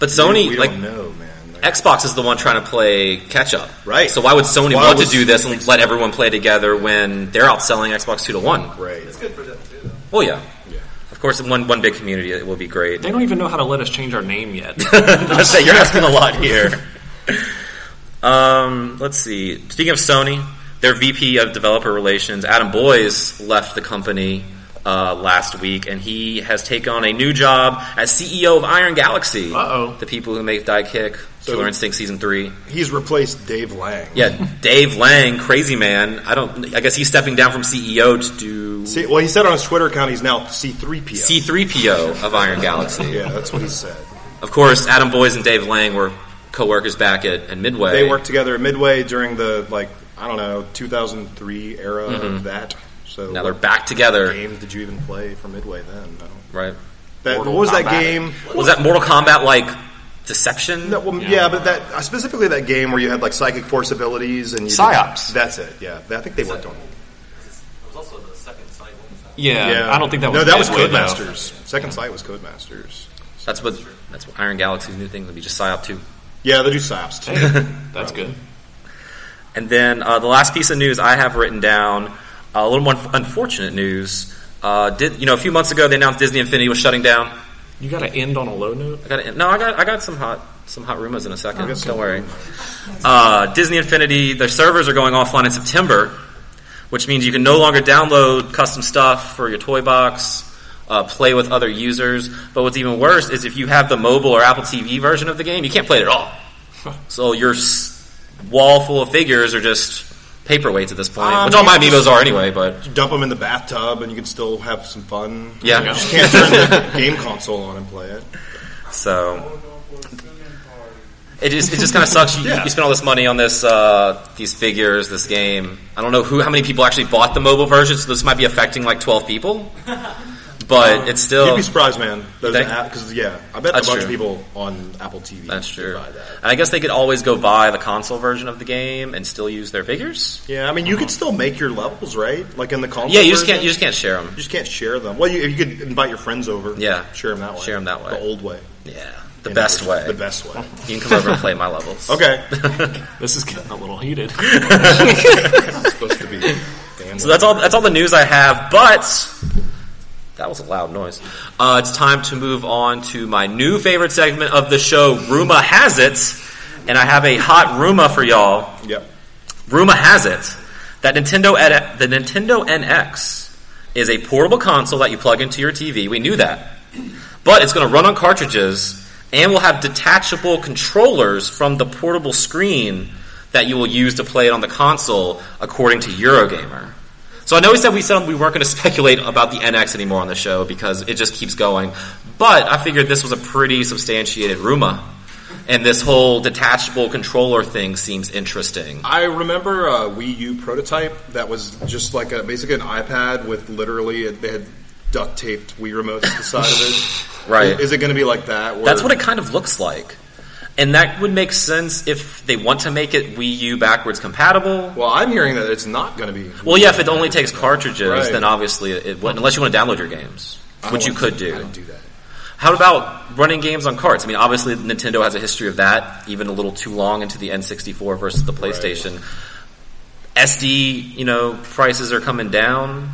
But Sony,
We, we
like
don't know, man. Like-
Xbox, is the one trying to play catch up,
Right.
So why would Sony
Why
want
was-
to do this and let everyone play together when they're outselling Xbox two to one?
Right.
It's good for them too, though.
Oh yeah. Of course, in one one big community, it will be great.
They don't even know how to let us change our name yet.
Let's say you're asking a lot here. Um, let's see. Speaking of Sony, their VP of Developer Relations, Adam Boyes, left the company uh, last week, and he has taken on a new job as CEO of Iron Galaxy.
Uh-oh.
The people who make Die Kick, Killer Instinct Season 3.
He's replaced Dave Lang.
Yeah, Dave Lang, crazy man. I don't. I guess he's stepping down from CEO to do
See, well, he said on his Twitter account he's now C3PO.
C3PO of Iron Galaxy.
yeah, that's what he said.
Of course, Adam Boyes and Dave Lang were co-workers back at, at Midway.
They worked together at Midway during the like I don't know 2003 era of
Mm-hmm.
that. So
Now they're back together.
What game did you even play for Midway then? I don't-
Right.
That, what
Mortal
was that
Kombat.
game?
Was that Mortal Kombat like deception?
No, well, yeah. but that uh, specifically that game where you had like psychic force abilities and you
Psyops.
That's it. Yeah, I think they worked on. it.
It was also the second site. What was that?
yeah,
Yeah,
I don't think that
no,
was
that was
Midway, though.
Codemasters. Second site was Codemasters.
That's what that's what Iron Galaxy's new thing would be just psyop two.
Yeah, they do psyops too.
That's good.
And then uh, the last piece of news I have written down, uh, a little more unfortunate news. Uh, did you know a few months ago they announced Disney Infinity was shutting down?
You got to end on a low note.
I got no, I got I got some hot some hot rumors in a second. Don't worry. Uh, Disney Infinity, their servers are going offline in September, which means you can no longer download custom stuff for your toy box, uh, play with other users. But what's even worse is if you have the mobile or Apple TV version of the game, you can't play it at all. So your s- wall full of figures are just paperweights at this point,
Um,
which all my
you
amiibos are anyway. But
Dump them in the bathtub, and you can still have some fun.
yeah,
Yeah.
You can't turn the game console on and play it.
So it just it just kind of sucks. You, you spend all this money on this uh, these figures, this game. I don't know who how many people actually bought the mobile version, so this might be affecting like twelve people. But it's
You'd
still
be surprised, man. Those
think?
because yeah, I bet
That's
a
true.
bunch of people on Apple TV.
that's true.
Buy
And
that.
I guess they could always go buy the console version of the game and still use their figures.
Yeah, I mean, you could still make your levels, right? Like in the console.
Yeah, you just can't
version?
you just can't share them.
You just can't share them. Well, you, you could invite your friends over.
Yeah.
share them that way.
Share 'em that way.
The old way.
Yeah. The best way.
The best way.
You can come over and play my levels.
Okay.
This is getting a little heated.
supposed to be. Dan
So that's all. That's all the news I have. But that was a loud noise. Uh, it's time to move on to my new favorite segment of the show. Ruma has it, and I have a hot Ruma for y'all.
Yep.
Rumor has it that Nintendo Ed- the Nintendo NX is a portable console that you plug into your TV. We knew that, but it's going to run on cartridges and will have detachable controllers from the portable screen that you will use to play it on the console, according to Eurogamer. So I know we said we said we weren't going to speculate about the NX anymore on the show because it just keeps going. But I figured this was a pretty substantiated rumor, and this whole detachable controller thing seems interesting.
I remember a Wii U prototype that was just like a basically an iPad with literally they had duct taped Wii remotes to the side of it.
Right.
Is it going to be like that? where-
That's what it kind of looks like. And that would make sense if they want to make it Wii U backwards compatible.
Well, I'm hearing that it's not going to be.
Well, yeah, if it only takes cartridges,
Right.
then obviously it wouldn't, unless you want to download your games,
I
which you
don't
could
want to- I
do.
don't do that.
How about running games on carts? I mean, obviously Nintendo has a history of that, even a little too long into the N64 versus the PlayStation. SD, you know, prices are coming down.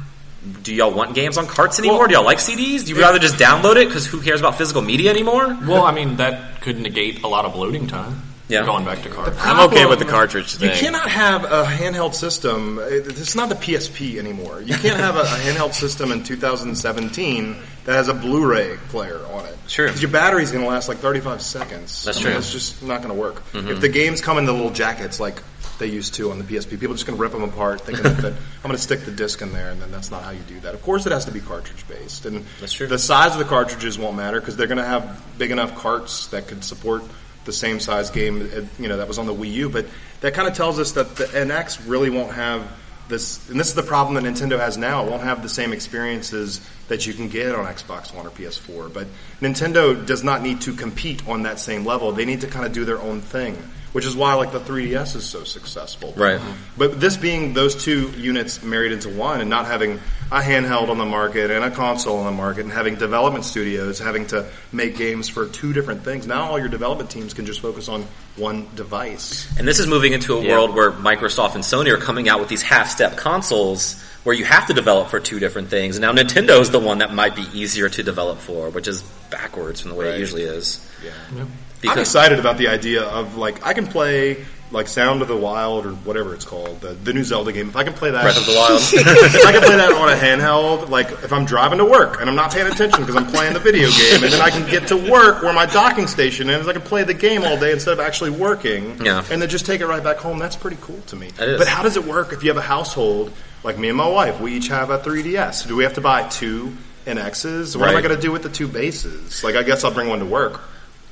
Do y'all want games on carts anymore? do y'all like CDs? Do you rather just download it because who cares about physical media anymore?
well, I mean, that could negate a lot of loading time.
Yeah.
Going back to card.
I'm okay with the cartridge
You
thing.
cannot have a handheld system. It- It's not the PSP anymore. You can't have a, a handheld system in 2017 that has a Blu-ray player on it.
Sure.
'Cause your battery's going to last like 35 seconds.
That's
I mean,
true. Mm-hmm.
It's just not going to work. If the games come in the little jackets like they used to on the PSP, people are just going to rip them apart, thinking that I'm going to stick the disc in there, and then that's not how you do that. Of course, it has to be cartridge based, and
That's true.
the size of the cartridges won't matter because they're going to have big enough carts that could support the same size game uh, you know that was on the Wii U. But that kind of tells us that the NX really won't have this, and this is the problem that Nintendo has now. It won't have the same experiences that you can get on Xbox One or PS4. But Nintendo does not need to compete on that same level. They need to kind of do their own thing, which is why like the 3DS is so successful.
Right.
But this being those two units married into one and not having a handheld on the market and a console on the market and having development studios having to make games for two different things, now all your development teams can just focus on one device.
And this is moving into a world where Microsoft and Sony are coming out with these half-step consoles where you have to develop for two different things. And now Nintendo's the one that might be easier to develop for, which is backwards from the way it
Right.
usually is.
Yeah. I'm
Because
excited about the idea of like I can play like Sound of the Wild or whatever it's called, the, the new Zelda game. If I can play that
Breath of the Wild.
if I can play that on a handheld, like if I'm driving to work and I'm not paying attention because I'm playing the video game, and then I can get to work where my docking station is, I can play the game all day instead of actually working,
Yeah.
and then just take it right back home. That's pretty cool to me.
It is.
But how does it work if you have a household like me and my wife? We each have a 3DS. Do we have to buy two NXs? What am I
Right.
going to do with the two bases? Like I guess I'll bring one to work.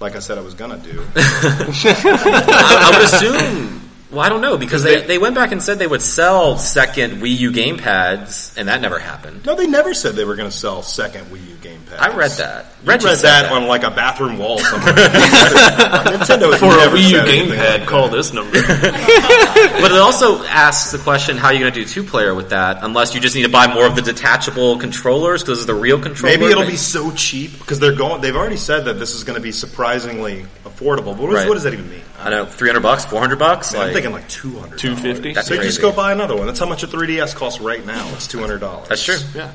Like I said, I was gonna do.
I, I would assume... Well, I don't know, because they, they went back and said they would sell second Wii U gamepads, and that never happened.
No, they never said they were gonna sell second Wii U gamepads.
I read that.
You read
Reggie
that,
said that.
on like a bathroom wall somewhere. Nintendo has
For a
never
Wii U
said anything
gamepad,
like
call
that.
this number.
But it also asks the question, how are you going to do two-player with that, unless you just need to buy more of the detachable controllers, because the real controller...
Maybe it'll be so cheap because they're going. They've already said that this is going to be surprisingly affordable. But what, is,
Right.
what does that even mean?
I don't know, 300 bucks, 400 bucks?
I'm
Like-
thinking like two hundred.
250?
That's
So you just
crazy.
go buy another one. That's how much a 3DS costs right now. It's two hundred dollars.
That's true.
Yeah.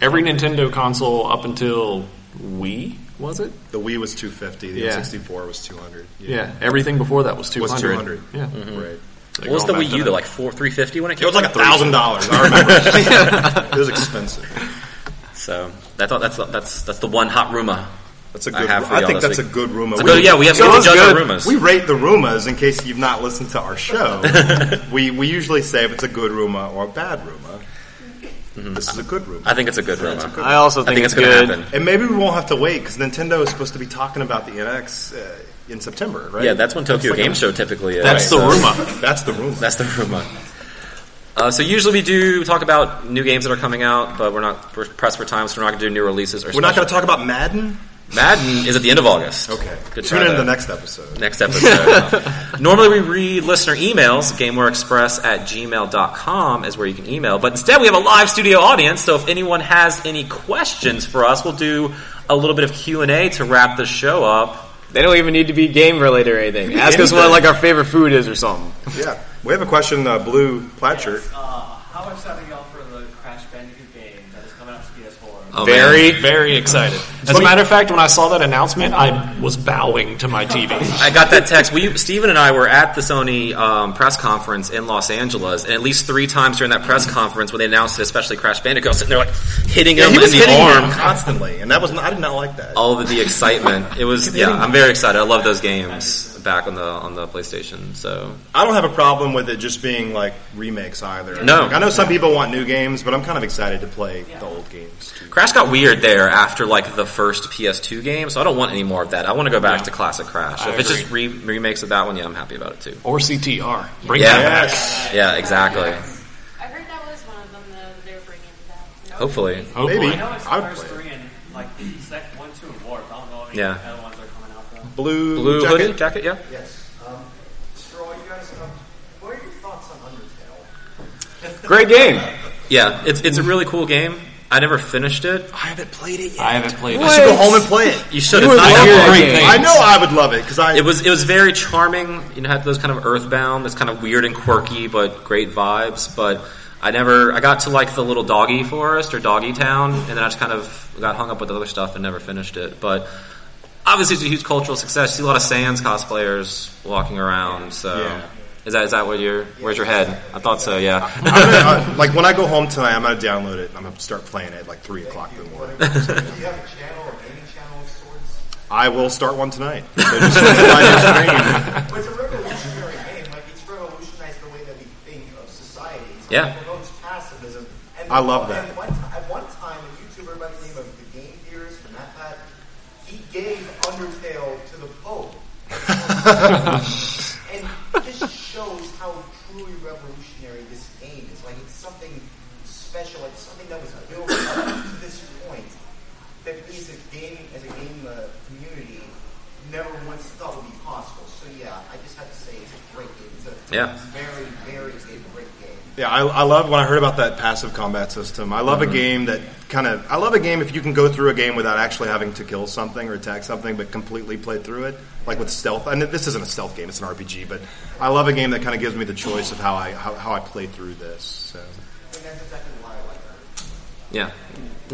Every Nintendo console up until Wii was it?
The Wii was two fifty. The
Yeah.
N64 was two hundred.
Yeah. Everything before that was two
was
hundred. Mm-hmm.
two hundred.
Yeah.
Right.
What was the Wii U though? Like four, three fifty when Mm-hmm. it
It
came.
was like a
out?
thousand dollars. I remember. it was expensive.
So I thought that's that's that's the one hot rumor.
That's a
I
good.
have for
I,
y'all
think
this
that's a
week.
good rumor.
It's a good- yeah, we have
so
to
that's
judge our
good.
rumors.
We rate the rumors in case you've not listened to our show. we we usually say if it's a good rumor or a bad rumor. This is a good rumor.
Mm-hmm. I think it's a good rumor.
I also
I think,
think,
it's
good.
going to happen.
and maybe we won't have to wait because Nintendo is supposed to be talking about the NX uh, in September, right?
Yeah, that's when Tokyo
like
Game
a-
Show typically uh, is.
That's the rumor.
That's the rumor.
That's the rumor. Uh, so usually we do talk about new games that are coming out, but we're not we're pressed for time, so we're not going to do new releases. Or
We're not going to talk about Madden.
to. Madden is at the end of August.
Okay.
Good
Tune
try,
in to the
though.
next episode.
next episode. Normally we read listener emails, gamewareexpress at gmail.com is where you can email. But instead we have a live studio audience, so if anyone has any questions for us, we'll do a little bit of Q&A to wrap the show up.
They don't even need to be game related or anything. Ask us what
Anything.
like our favorite food is or something.
Yeah. We have a question, uh, Blue Plaid shirt.
Yes, uh, how excited are y'all for the Crash Bandicoot game that is coming out to PS4?
Oh, man.
Very
Very excited. As a matter of fact, when I saw that announcement, I was bowing to my TV.
I got that text. We, Steven and I were at the Sony um, press conference in Los Angeles, and at least three times during that press conference when they announced it, especially Crash Bandicoot, I was sitting there like hitting him
he
in
was
the
hitting
arm.
them constantly, and that was I did not like that.
All of the excitement. It was yeah. I'm very excited. I love those games back on the on the PlayStation. So
I don't have a problem with it just being like remakes either.
No.
Like, I know some people want new games, but I'm kind of excited to play the old games too.
Crash got weird there after like the first PS2 game. So I don't want any more of that. I want to go back to classic Crash.
I
if it's just re- remakes of that one, yeah, I'm happy about it too.
Or CTR. Bring
Yeah.
that back.
Yes.
Yeah, exactly.
I heard that was one of them though that they were bringing back.
Hopefully.
Hopefully.
Maybe.
I know it's
I
the
would
first
play it.
three and like sec one, two, and four. but I don't know if any
Yeah.
other ones are coming out though.
Blue,
Blue
jacket?
hoodie jacket, yeah.
Yes. Um, Straw, you guys, um, what are your thoughts on Undertale?
great game.
Yeah, it's it's a really cool game. I never finished it.
I haven't played it yet.
I haven't played
I
it.
should go home and play it.
You should.
You
It's
were
not that
there. You're
long.
great
things.
I know I would love it because I
It was it was very charming. You know, had those kind of earthbound, this kind of weird and quirky, but great vibes. But I never, I got to like the little doggy forest or doggy town, and then I just kind of got hung up with other stuff and never finished it. But obviously, it's a huge cultural success. You see a lot of Sans cosplayers walking around. So,
Yeah.
is that is that what you're? Where's your head? I thought so. Yeah.
I'm gonna, uh, like when I go home tonight, I'm gonna download it. and I'm gonna start playing it at like three o'clock in the morning.
Do you have a channel, a gaming channel of sorts?
I will start one tonight. So just look at my new screen.
Well, it's a revolutionary game. Like it's revolutionized the way that we think of society. It's
Yeah.
It promotes pacifism. And
I love that.
And one ti- at one time, a YouTuber by the name of the Game Theorist from MatPat, he gave Undertale to the Pope. and this shows how truly revolutionary this game is. Like it's something special. It's something that was built up to this point that we as a game as a game uh, community never once thought would be possible. So yeah, I just have to say it's a great game. It's a
Yeah.
it's very very it's a great game.
Yeah, I, I love when I heard about that passive combat system. I
Mm-hmm.
love a game that kind of. I love a game if you can go through a game without actually having to kill something or attack something, but completely play through it, like with stealth. And this isn't a stealth game; it's an RPG. But I love a game that kind of gives me the choice of how I how, how I play through this. So.
And that's exactly why I like it.
yeah.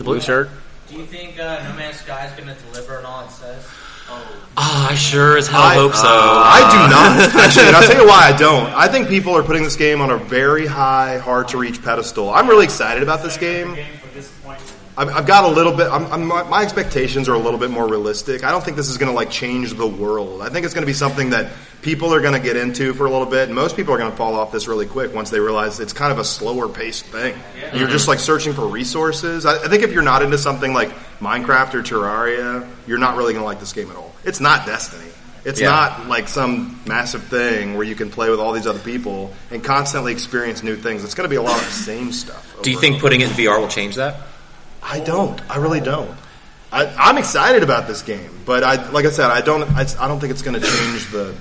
Blue shirt.
Do you think uh, No Man's Sky is going to deliver on all it says? Oh,
Ah, I sure as hell hope so.
uh,
I do not. Actually, and I'll tell you why I don't. I think people are putting this game on a very high, hard to reach pedestal. I'm really excited about this game.
game for disappointment.
I've, I've got a little bit. I'm, I'm, my, my expectations are a little bit more realistic. I don't think this is going to like change the world. I think it's going to be something that people are going to get into for a little bit. And most people are going to fall off this really quick once they realize it's kind of a slower paced thing. You're just like searching for resources. I, I think if you're not into something like Minecraft or Terraria, you're not really going to like this game at all. It's not Destiny. It's
Yeah.
not like some massive thing where you can play with all these other people and constantly experience new things. It's going to be a lot of the same stuff.
Do you
over
think putting it in VR will change that?
I don't. I really don't. I, I'm excited about this game, but I, like I said, I don't. I, I don't think it's going to change the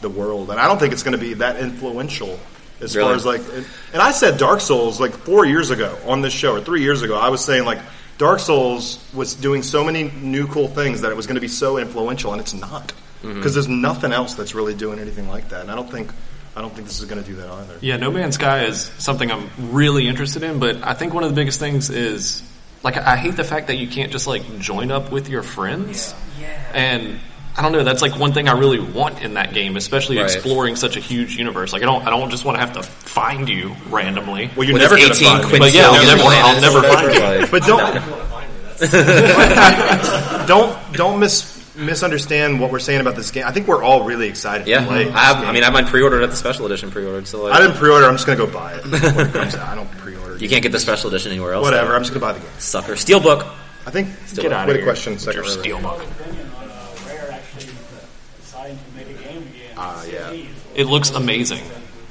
the world, and I don't think it's going to be that influential as
Really?
far as like. And, and I said Dark Souls like four years ago on this show, or three years ago. I was saying like Dark Souls was doing so many new cool things that it was going to be so influential, and it's not because there's nothing else that's really doing anything like that. And I don't think. I don't think this is going to do that either.
Yeah, No Man's Sky is something I'm really interested in, but I think one of the biggest things is like I hate the fact that you can't just like join up with your friends.
Yeah. Yeah.
And I don't know, that's like one thing I really want in that game, especially
Right.
exploring such a huge universe. Like I don't I don't just want to have to find you randomly.
Well, you're
With
never
its
going
18
to find it.
But yeah, I'll
quintillion
never- I'll
planets,
never find
whatever,
it.
like-
But don't don't don't mis- misunderstand what we're saying about this game. I think we're all really excited.
Yeah,
to play this
I, have,
game.
I mean, I have mine pre-ordered at the special edition pre-ordered, so like,
I didn't pre-order. I'm just gonna go buy it when it comes out. I don't pre-order.
you can't get the special edition anywhere else.
Whatever. I'm just gonna buy the game.
sucker. Steelbook.
I think.
Still
Get
up.
out
What
of
a
here.
question.
with your
Second row.
steelbook.
opinion on uh, Rare actually deciding to make a game again.
Ah, yeah.
CD.
It looks amazing.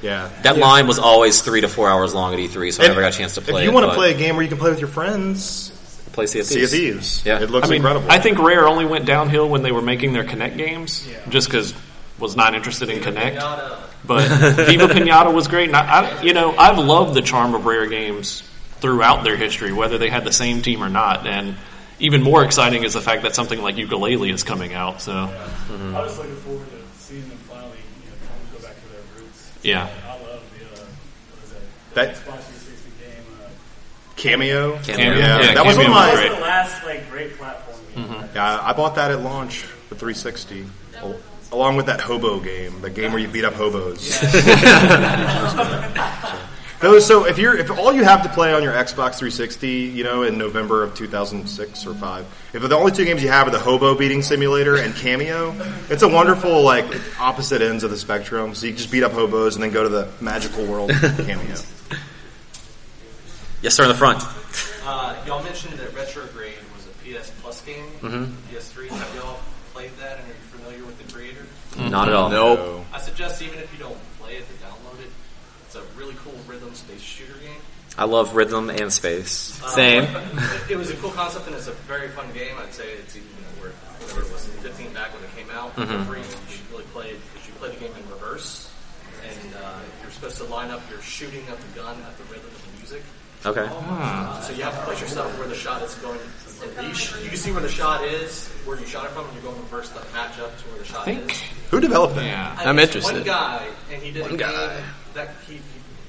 Yeah.
That line was always three to four hours long at E3, so I
And
never got a chance to play.
If you
it,
want to
but
play a game where you can play with your friends,
play Sea of
Sea of
Thieves.
Thieves.
Yeah.
It looks
I mean,
incredible.
I think Rare only went downhill when they were making their Connect games, just because was not interested in Connect. But Viva Pinata was great, and I, I, you know, I've loved the charm of Rare games throughout their history, whether they had the same team or not. And even more exciting is the fact that something like ukulele is coming out. So
I was looking forward to seeing them finally, you know, kind of go back to their roots.
Yeah.
I love the, uh, what is that?
That-
Xbox 360 game. Uh,
Cameo.
Cameo.
Yeah,
Yeah,
that was
Cameo
on
was
my.
great.
the last, like, great platform game.
Yeah, I bought that at launch for 360, al- along with that Hobo game, the game where you beat up hobos. Those, so if you're if all you have to play on your Xbox 360, you know, in November of 2006 or five, if the only two games you have are the Hobo Beating Simulator and Cameo, it's a wonderful like opposite ends of the spectrum. So you can just beat up hobos and then go to the magical world of Cameo.
Yes, sir, in the front.
Uh, y'all mentioned that Retrograde was a PS Plus game. PS3. Have y'all played that and are you familiar with the creator?
Not at all.
Nope.
I suggest even if you don't play it, to download it. It's a really cool rhythm space shooter game.
I love rhythm and space.
Uh,
Same.
but it was a cool concept and it's a very fun game. I'd say it's even worth whatever it was 15 back when it came out. Free, you should really play it because you play the game in reverse and uh, you're supposed to line up your shooting of the gun at the rhythm of the music.
Okay.
Uh, so you have to place yourself where the shot is going to reach. You can see where the shot is, where you shot it from, and you're going reverse to match up to where the shot
think-
is.
Who developed that?
yeah,
I-
I'm
it's One
interested.
guy, and he did a game
guy.
that he. he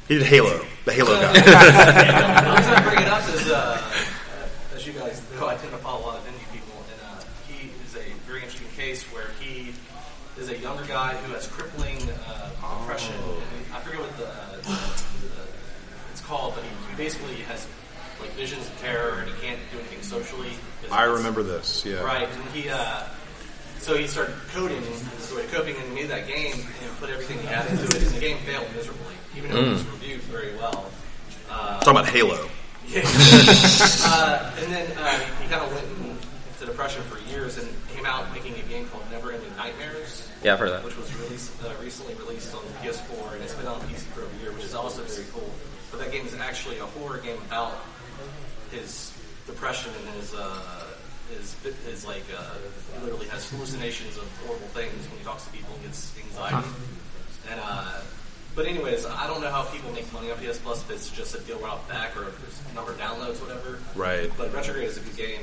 He did Halo, the Halo guy.
the reason I bring it up is, uh, uh, as you guys know, I tend to follow a lot of indie people, and uh, he is a very interesting case where he is a younger guy who has crippling uh, depression.
Oh.
I forget what the, uh, the it's called, but he, he basically has like visions of terror, and he can't do anything socially. 'cause
I
it's-
remember this. Yeah.
Right, and he uh, so he started coding, so he coping and made that game and put everything he had into it, and the game failed miserably, even though it was
Mm.
reviewed very well.
Talking about Halo.
Uh, and then uh, he kind of went into depression for years and came out making a game called Never Ending Nightmares.
Yeah, I've heard of that.
Which was released, uh, recently released on the PS4 and it's been on PC for a year, which is also very cool. But that game is actually a horror game about his depression and his uh, his, his like uh, he literally has hallucinations of horrible things when he talks to people and gets anxiety. And uh, but anyways, I don't know how people make money on PS Plus if it's just a deal right off the back or if it's number of downloads, whatever.
Right.
But Retrograde is a good game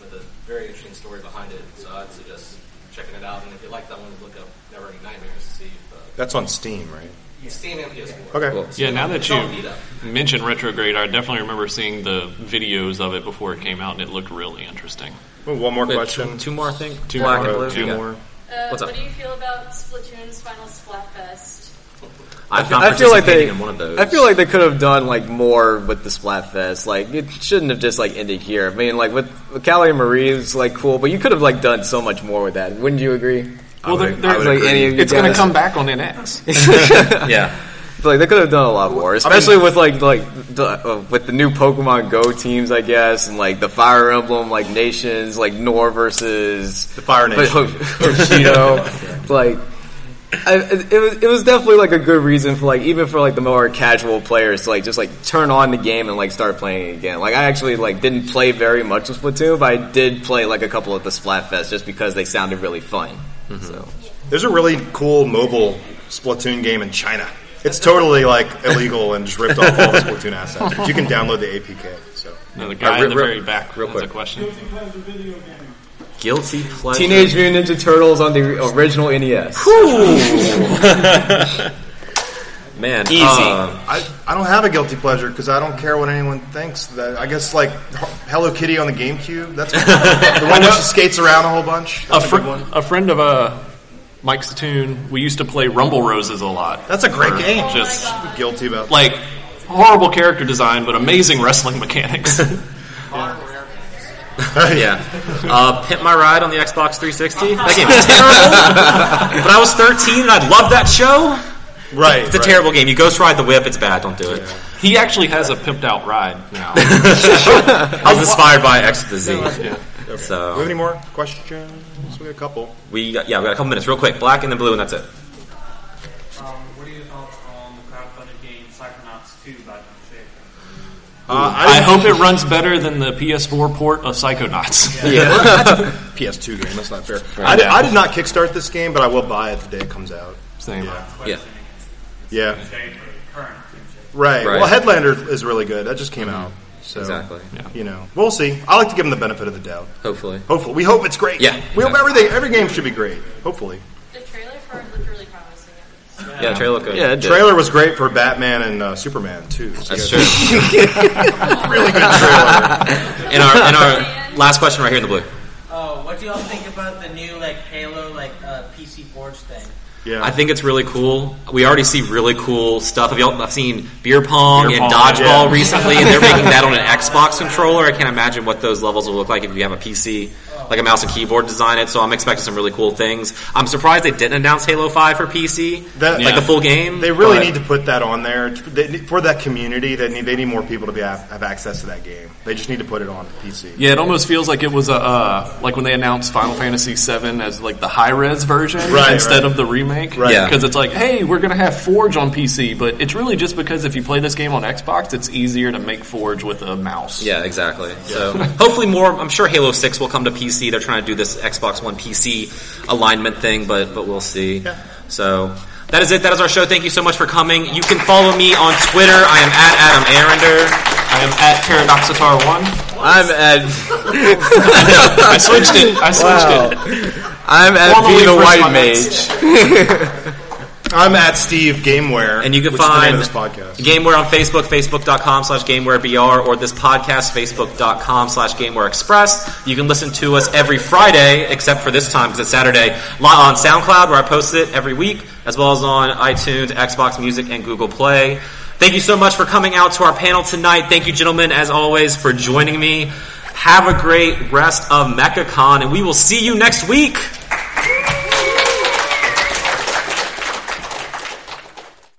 with a very interesting story behind it, so I'd suggest checking it out. And if you like that one, look up Never Ending Nightmares to see if uh,
That's on Steam, right?
it's Steam and PS4.
Okay.
Cool.
yeah. Now that
It's on Vita.
you mentioned retrograde, I definitely remember seeing the videos of it before it came out, and it looked really interesting.
Well, one more
Wait,
question.
Two, two more, I think.
Two
Black
more.
and blue.
Two
Yeah.
more.
Uh,
What's up?
What do you feel about Splatoon's final Splatfest?
I've not
I feel like they.
participated in one of those.
I feel like they could have done like more with the Splatfest. Like it shouldn't have just like ended here. I mean, like with, with Callie and Marie is like cool, but you could have like done so much more with that. Wouldn't you agree?
Well,
would-
there-
I
there-
would
like
agree.
any of you
it's going to
guys-
come back on NX.
yeah.
Like they could have done a lot more, especially with like like the, uh, with the new Pokemon Go teams, I guess, and like the Fire Emblem like nations, like Nor versus
The Fire
but
Nation.
Ho- Hoshino. like I, it was it was definitely like a good reason for like even for like the more casual players to like just like turn on the game and like start playing it again. Like I actually like didn't play very much of Splatoon, but I did play like a couple of the Splatfest just because they sounded really fun. So
There's a really cool mobile Splatoon game in China. It's totally like illegal and just ripped off all the Splatoon assets. But you can download the APK. So
No, the guy
Uh,
in the
real-
very back
real
real has a
quick.
question.
Guilty pleasure.
Teenage Mutant Ninja Turtles on the original E NES.
man.
Easy.
uh,
I, I don't have a guilty pleasure because I don't care what anyone thinks. That I guess like Hello Kitty on the GameCube. That's the one where she skates around a whole bunch.
A,
That's a,
fr-
good one.
a friend of uh, Mike's tune. We used to play Rumble Roses a lot.
That's a great
Or
game.
Oh
Just
my god.
Guilty about
like horrible character design, but amazing wrestling mechanics.
yeah. Uh, Pimp My Ride on the Xbox 360. That game was terrible. but I was 13 and I loved that show.
right.
It's a
right.
terrible game. You ghost ride the whip. It's bad. Don't do it.
he actually has a pimped out ride now.
I was inspired by X to the Z.
Do we have
So
any more questions? We got a couple.
we got, yeah, we got a couple minutes, real quick. Black and then blue, and that's it.
Um, what are your thoughts on the crowdfunded game Psychonauts 2 by John Shaker?
Uh, I,
I hope it runs better than the PS4 port of Psychonauts.
PS2 game. That's not fair. I, did, I did not kickstart this game, but I will buy it the day it comes out.
Same.
Yeah.
Yeah.
Shaker, current Tim Shaker.
Right.
Right. Mm-hmm.
Well, Headlander is really good. That just came out. So,
Exactly.
Yeah.
You know, we'll see. I like to give them the benefit of the doubt.
Hopefully.
Hopefully, we hope it's great.
Yeah,
we hope
exactly.
everything. Every game should be great. Hopefully,
The trailer for it looked really promising. It was-
Yeah, trailer looked good.
Yeah, it did.
trailer was great for Batman and uh, Superman too. So
That's
you
true.
guys- Really good trailer.
In our in our last question right here in the blue.
Oh, what do y'all think about the new like Halo like uh, PC boards thing?
yeah.
I think it's really cool. We already see really cool stuff. Have y'all, I've seen beer pong,
Beer
and
pong,
dodgeball
yeah.
recently, and they're making that on an Xbox controller. I can't imagine what those levels will look like if you have a PC, like a mouse and keyboard design it. So I'm expecting some really cool things. I'm surprised they didn't announce Halo Five for PC,
That-
like
Yeah.
the full game.
They really
but-
need to put that on there they, need- for that community. That need they need more people to be have, have access to that game. They just need to put it on PC.
Yeah, it almost feels like it was a uh, like when they announced Final Fantasy VII as like the high res version
Right,
instead
right.
of the remake.
Right.
Yeah.
Because it's like, hey, we're gonna have Forge on PC, but it's really just because if you play this game on Xbox, it's easier to make Forge with a mouse.
Yeah, exactly. So hopefully more. I'm sure Halo Six will come to PC. They're trying to do this Xbox One PC alignment thing, but but we'll see.
Yeah.
So that is it. That is our show. Thank you so much for coming. You can follow me on Twitter. I am at Adam Arender.
I am at Paradoxitar One.
I'm at
I switched it. I switched it.
I'm at
Formerly
Be the White
Chris Roberts.
Mage.
I'm at Steve Gameware,
And you can
which is the name
find
of this podcast.
Gameware on Facebook, facebook.com slash GamewareBR, or this podcast, facebook.com slash Gameware Express. You can listen to us every Friday, except for this time because it's Saturday, li- on SoundCloud, where I post it every week, as well as on iTunes, Xbox Music, and Google Play. Thank you so much for coming out to our panel tonight. Thank you, gentlemen, as always, for joining me. Have a great rest of MechaCon, and we will see you next week.